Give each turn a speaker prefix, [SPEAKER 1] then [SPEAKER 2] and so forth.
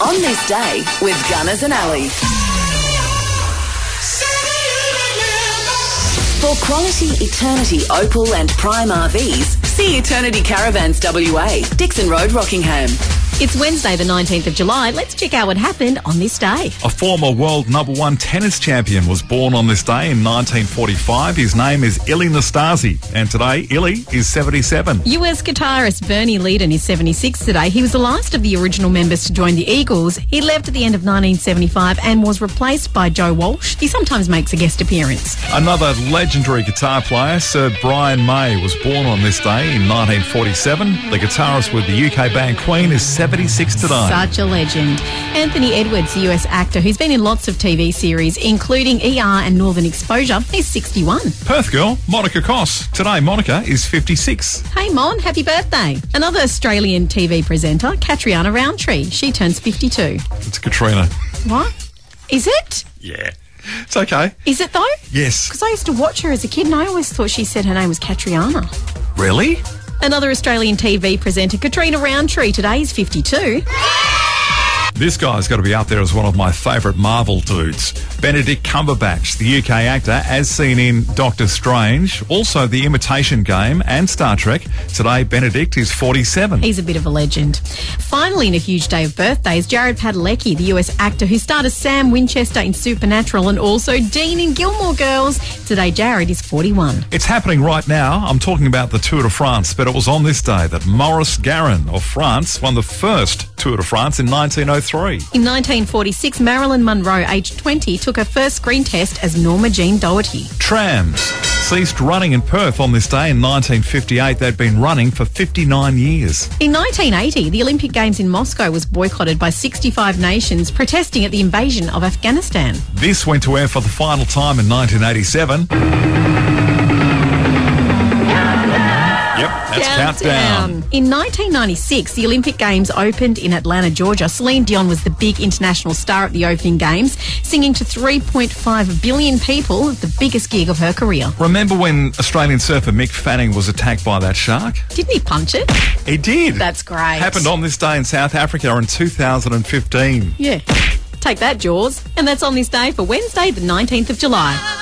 [SPEAKER 1] on this day with Gunners and Alley. For quality Eternity Opal and Prime RVs, see Eternity Caravans WA, Dixon Road, Rockingham.
[SPEAKER 2] It's Wednesday, the 19th of July. Let's check out what happened on this day.
[SPEAKER 3] A former world number one tennis champion was born on this day in 1945. His name is Ili Nastasi, and today Ili is 77.
[SPEAKER 2] US guitarist Bernie Leadon is 76 today. He was the last of the original members to join the Eagles. He left at the end of 1975 and was replaced by Joe Walsh. He sometimes makes a guest appearance.
[SPEAKER 3] Another legendary guitar player, Sir Brian May, was born on this day in 1947. The guitarist with the UK band Queen is 76 today.
[SPEAKER 2] Such a legend. Anthony Edwards, the US actor who's been in lots of TV series, including ER and Northern Exposure, he's 61.
[SPEAKER 3] Perth girl, Monica Koss. Today, Monica is 56.
[SPEAKER 2] Hey, Mon, happy birthday. Another Australian TV presenter, Catriona Roundtree. She turns 52.
[SPEAKER 3] It's Katrina.
[SPEAKER 2] What? Is it?
[SPEAKER 3] Yeah. It's okay.
[SPEAKER 2] Is it though?
[SPEAKER 3] Yes.
[SPEAKER 2] Because I used to watch her as a kid and I always thought she said her name was Catriona.
[SPEAKER 3] Really?
[SPEAKER 2] Another Australian TV presenter, Katrina Roundtree, today is 52.
[SPEAKER 3] This guy's got to be up there as one of my favourite Marvel dudes. Benedict Cumberbatch, the UK actor, as seen in Doctor Strange, also The Imitation Game and Star Trek. Today, Benedict is 47.
[SPEAKER 2] He's a bit of a legend. Finally, in a huge day of birthdays, Jared Padalecki, the US actor who starred as Sam Winchester in Supernatural and also Dean in Gilmore Girls. Today, Jared is 41.
[SPEAKER 3] It's happening right now. I'm talking about the Tour de France, but it was on this day that Maurice Garin of France won the first Tour de France in 1903.
[SPEAKER 2] In 1946, Marilyn Monroe, aged 20, took her first screen test as Norma Jean Doherty.
[SPEAKER 3] Trams ceased running in Perth on this day in 1958. They'd been running for 59 years.
[SPEAKER 2] In 1980, the Olympic Games in Moscow was boycotted by 65 nations protesting at the invasion of Afghanistan.
[SPEAKER 3] This went to air for the final time in 1987. Yep, that's Countdown.
[SPEAKER 2] In 1996, the Olympic Games opened in Atlanta, Georgia. Celine Dion was the big international star at the opening games, singing to 3.5 billion people, the biggest gig of her career.
[SPEAKER 3] Remember when Australian surfer Mick Fanning was attacked by that shark?
[SPEAKER 2] Didn't he punch it?
[SPEAKER 3] He did.
[SPEAKER 2] That's great.
[SPEAKER 3] Happened on this day in South Africa in 2015.
[SPEAKER 2] Yeah. Take that, Jaws. And that's on this day for Wednesday, the 19th of July.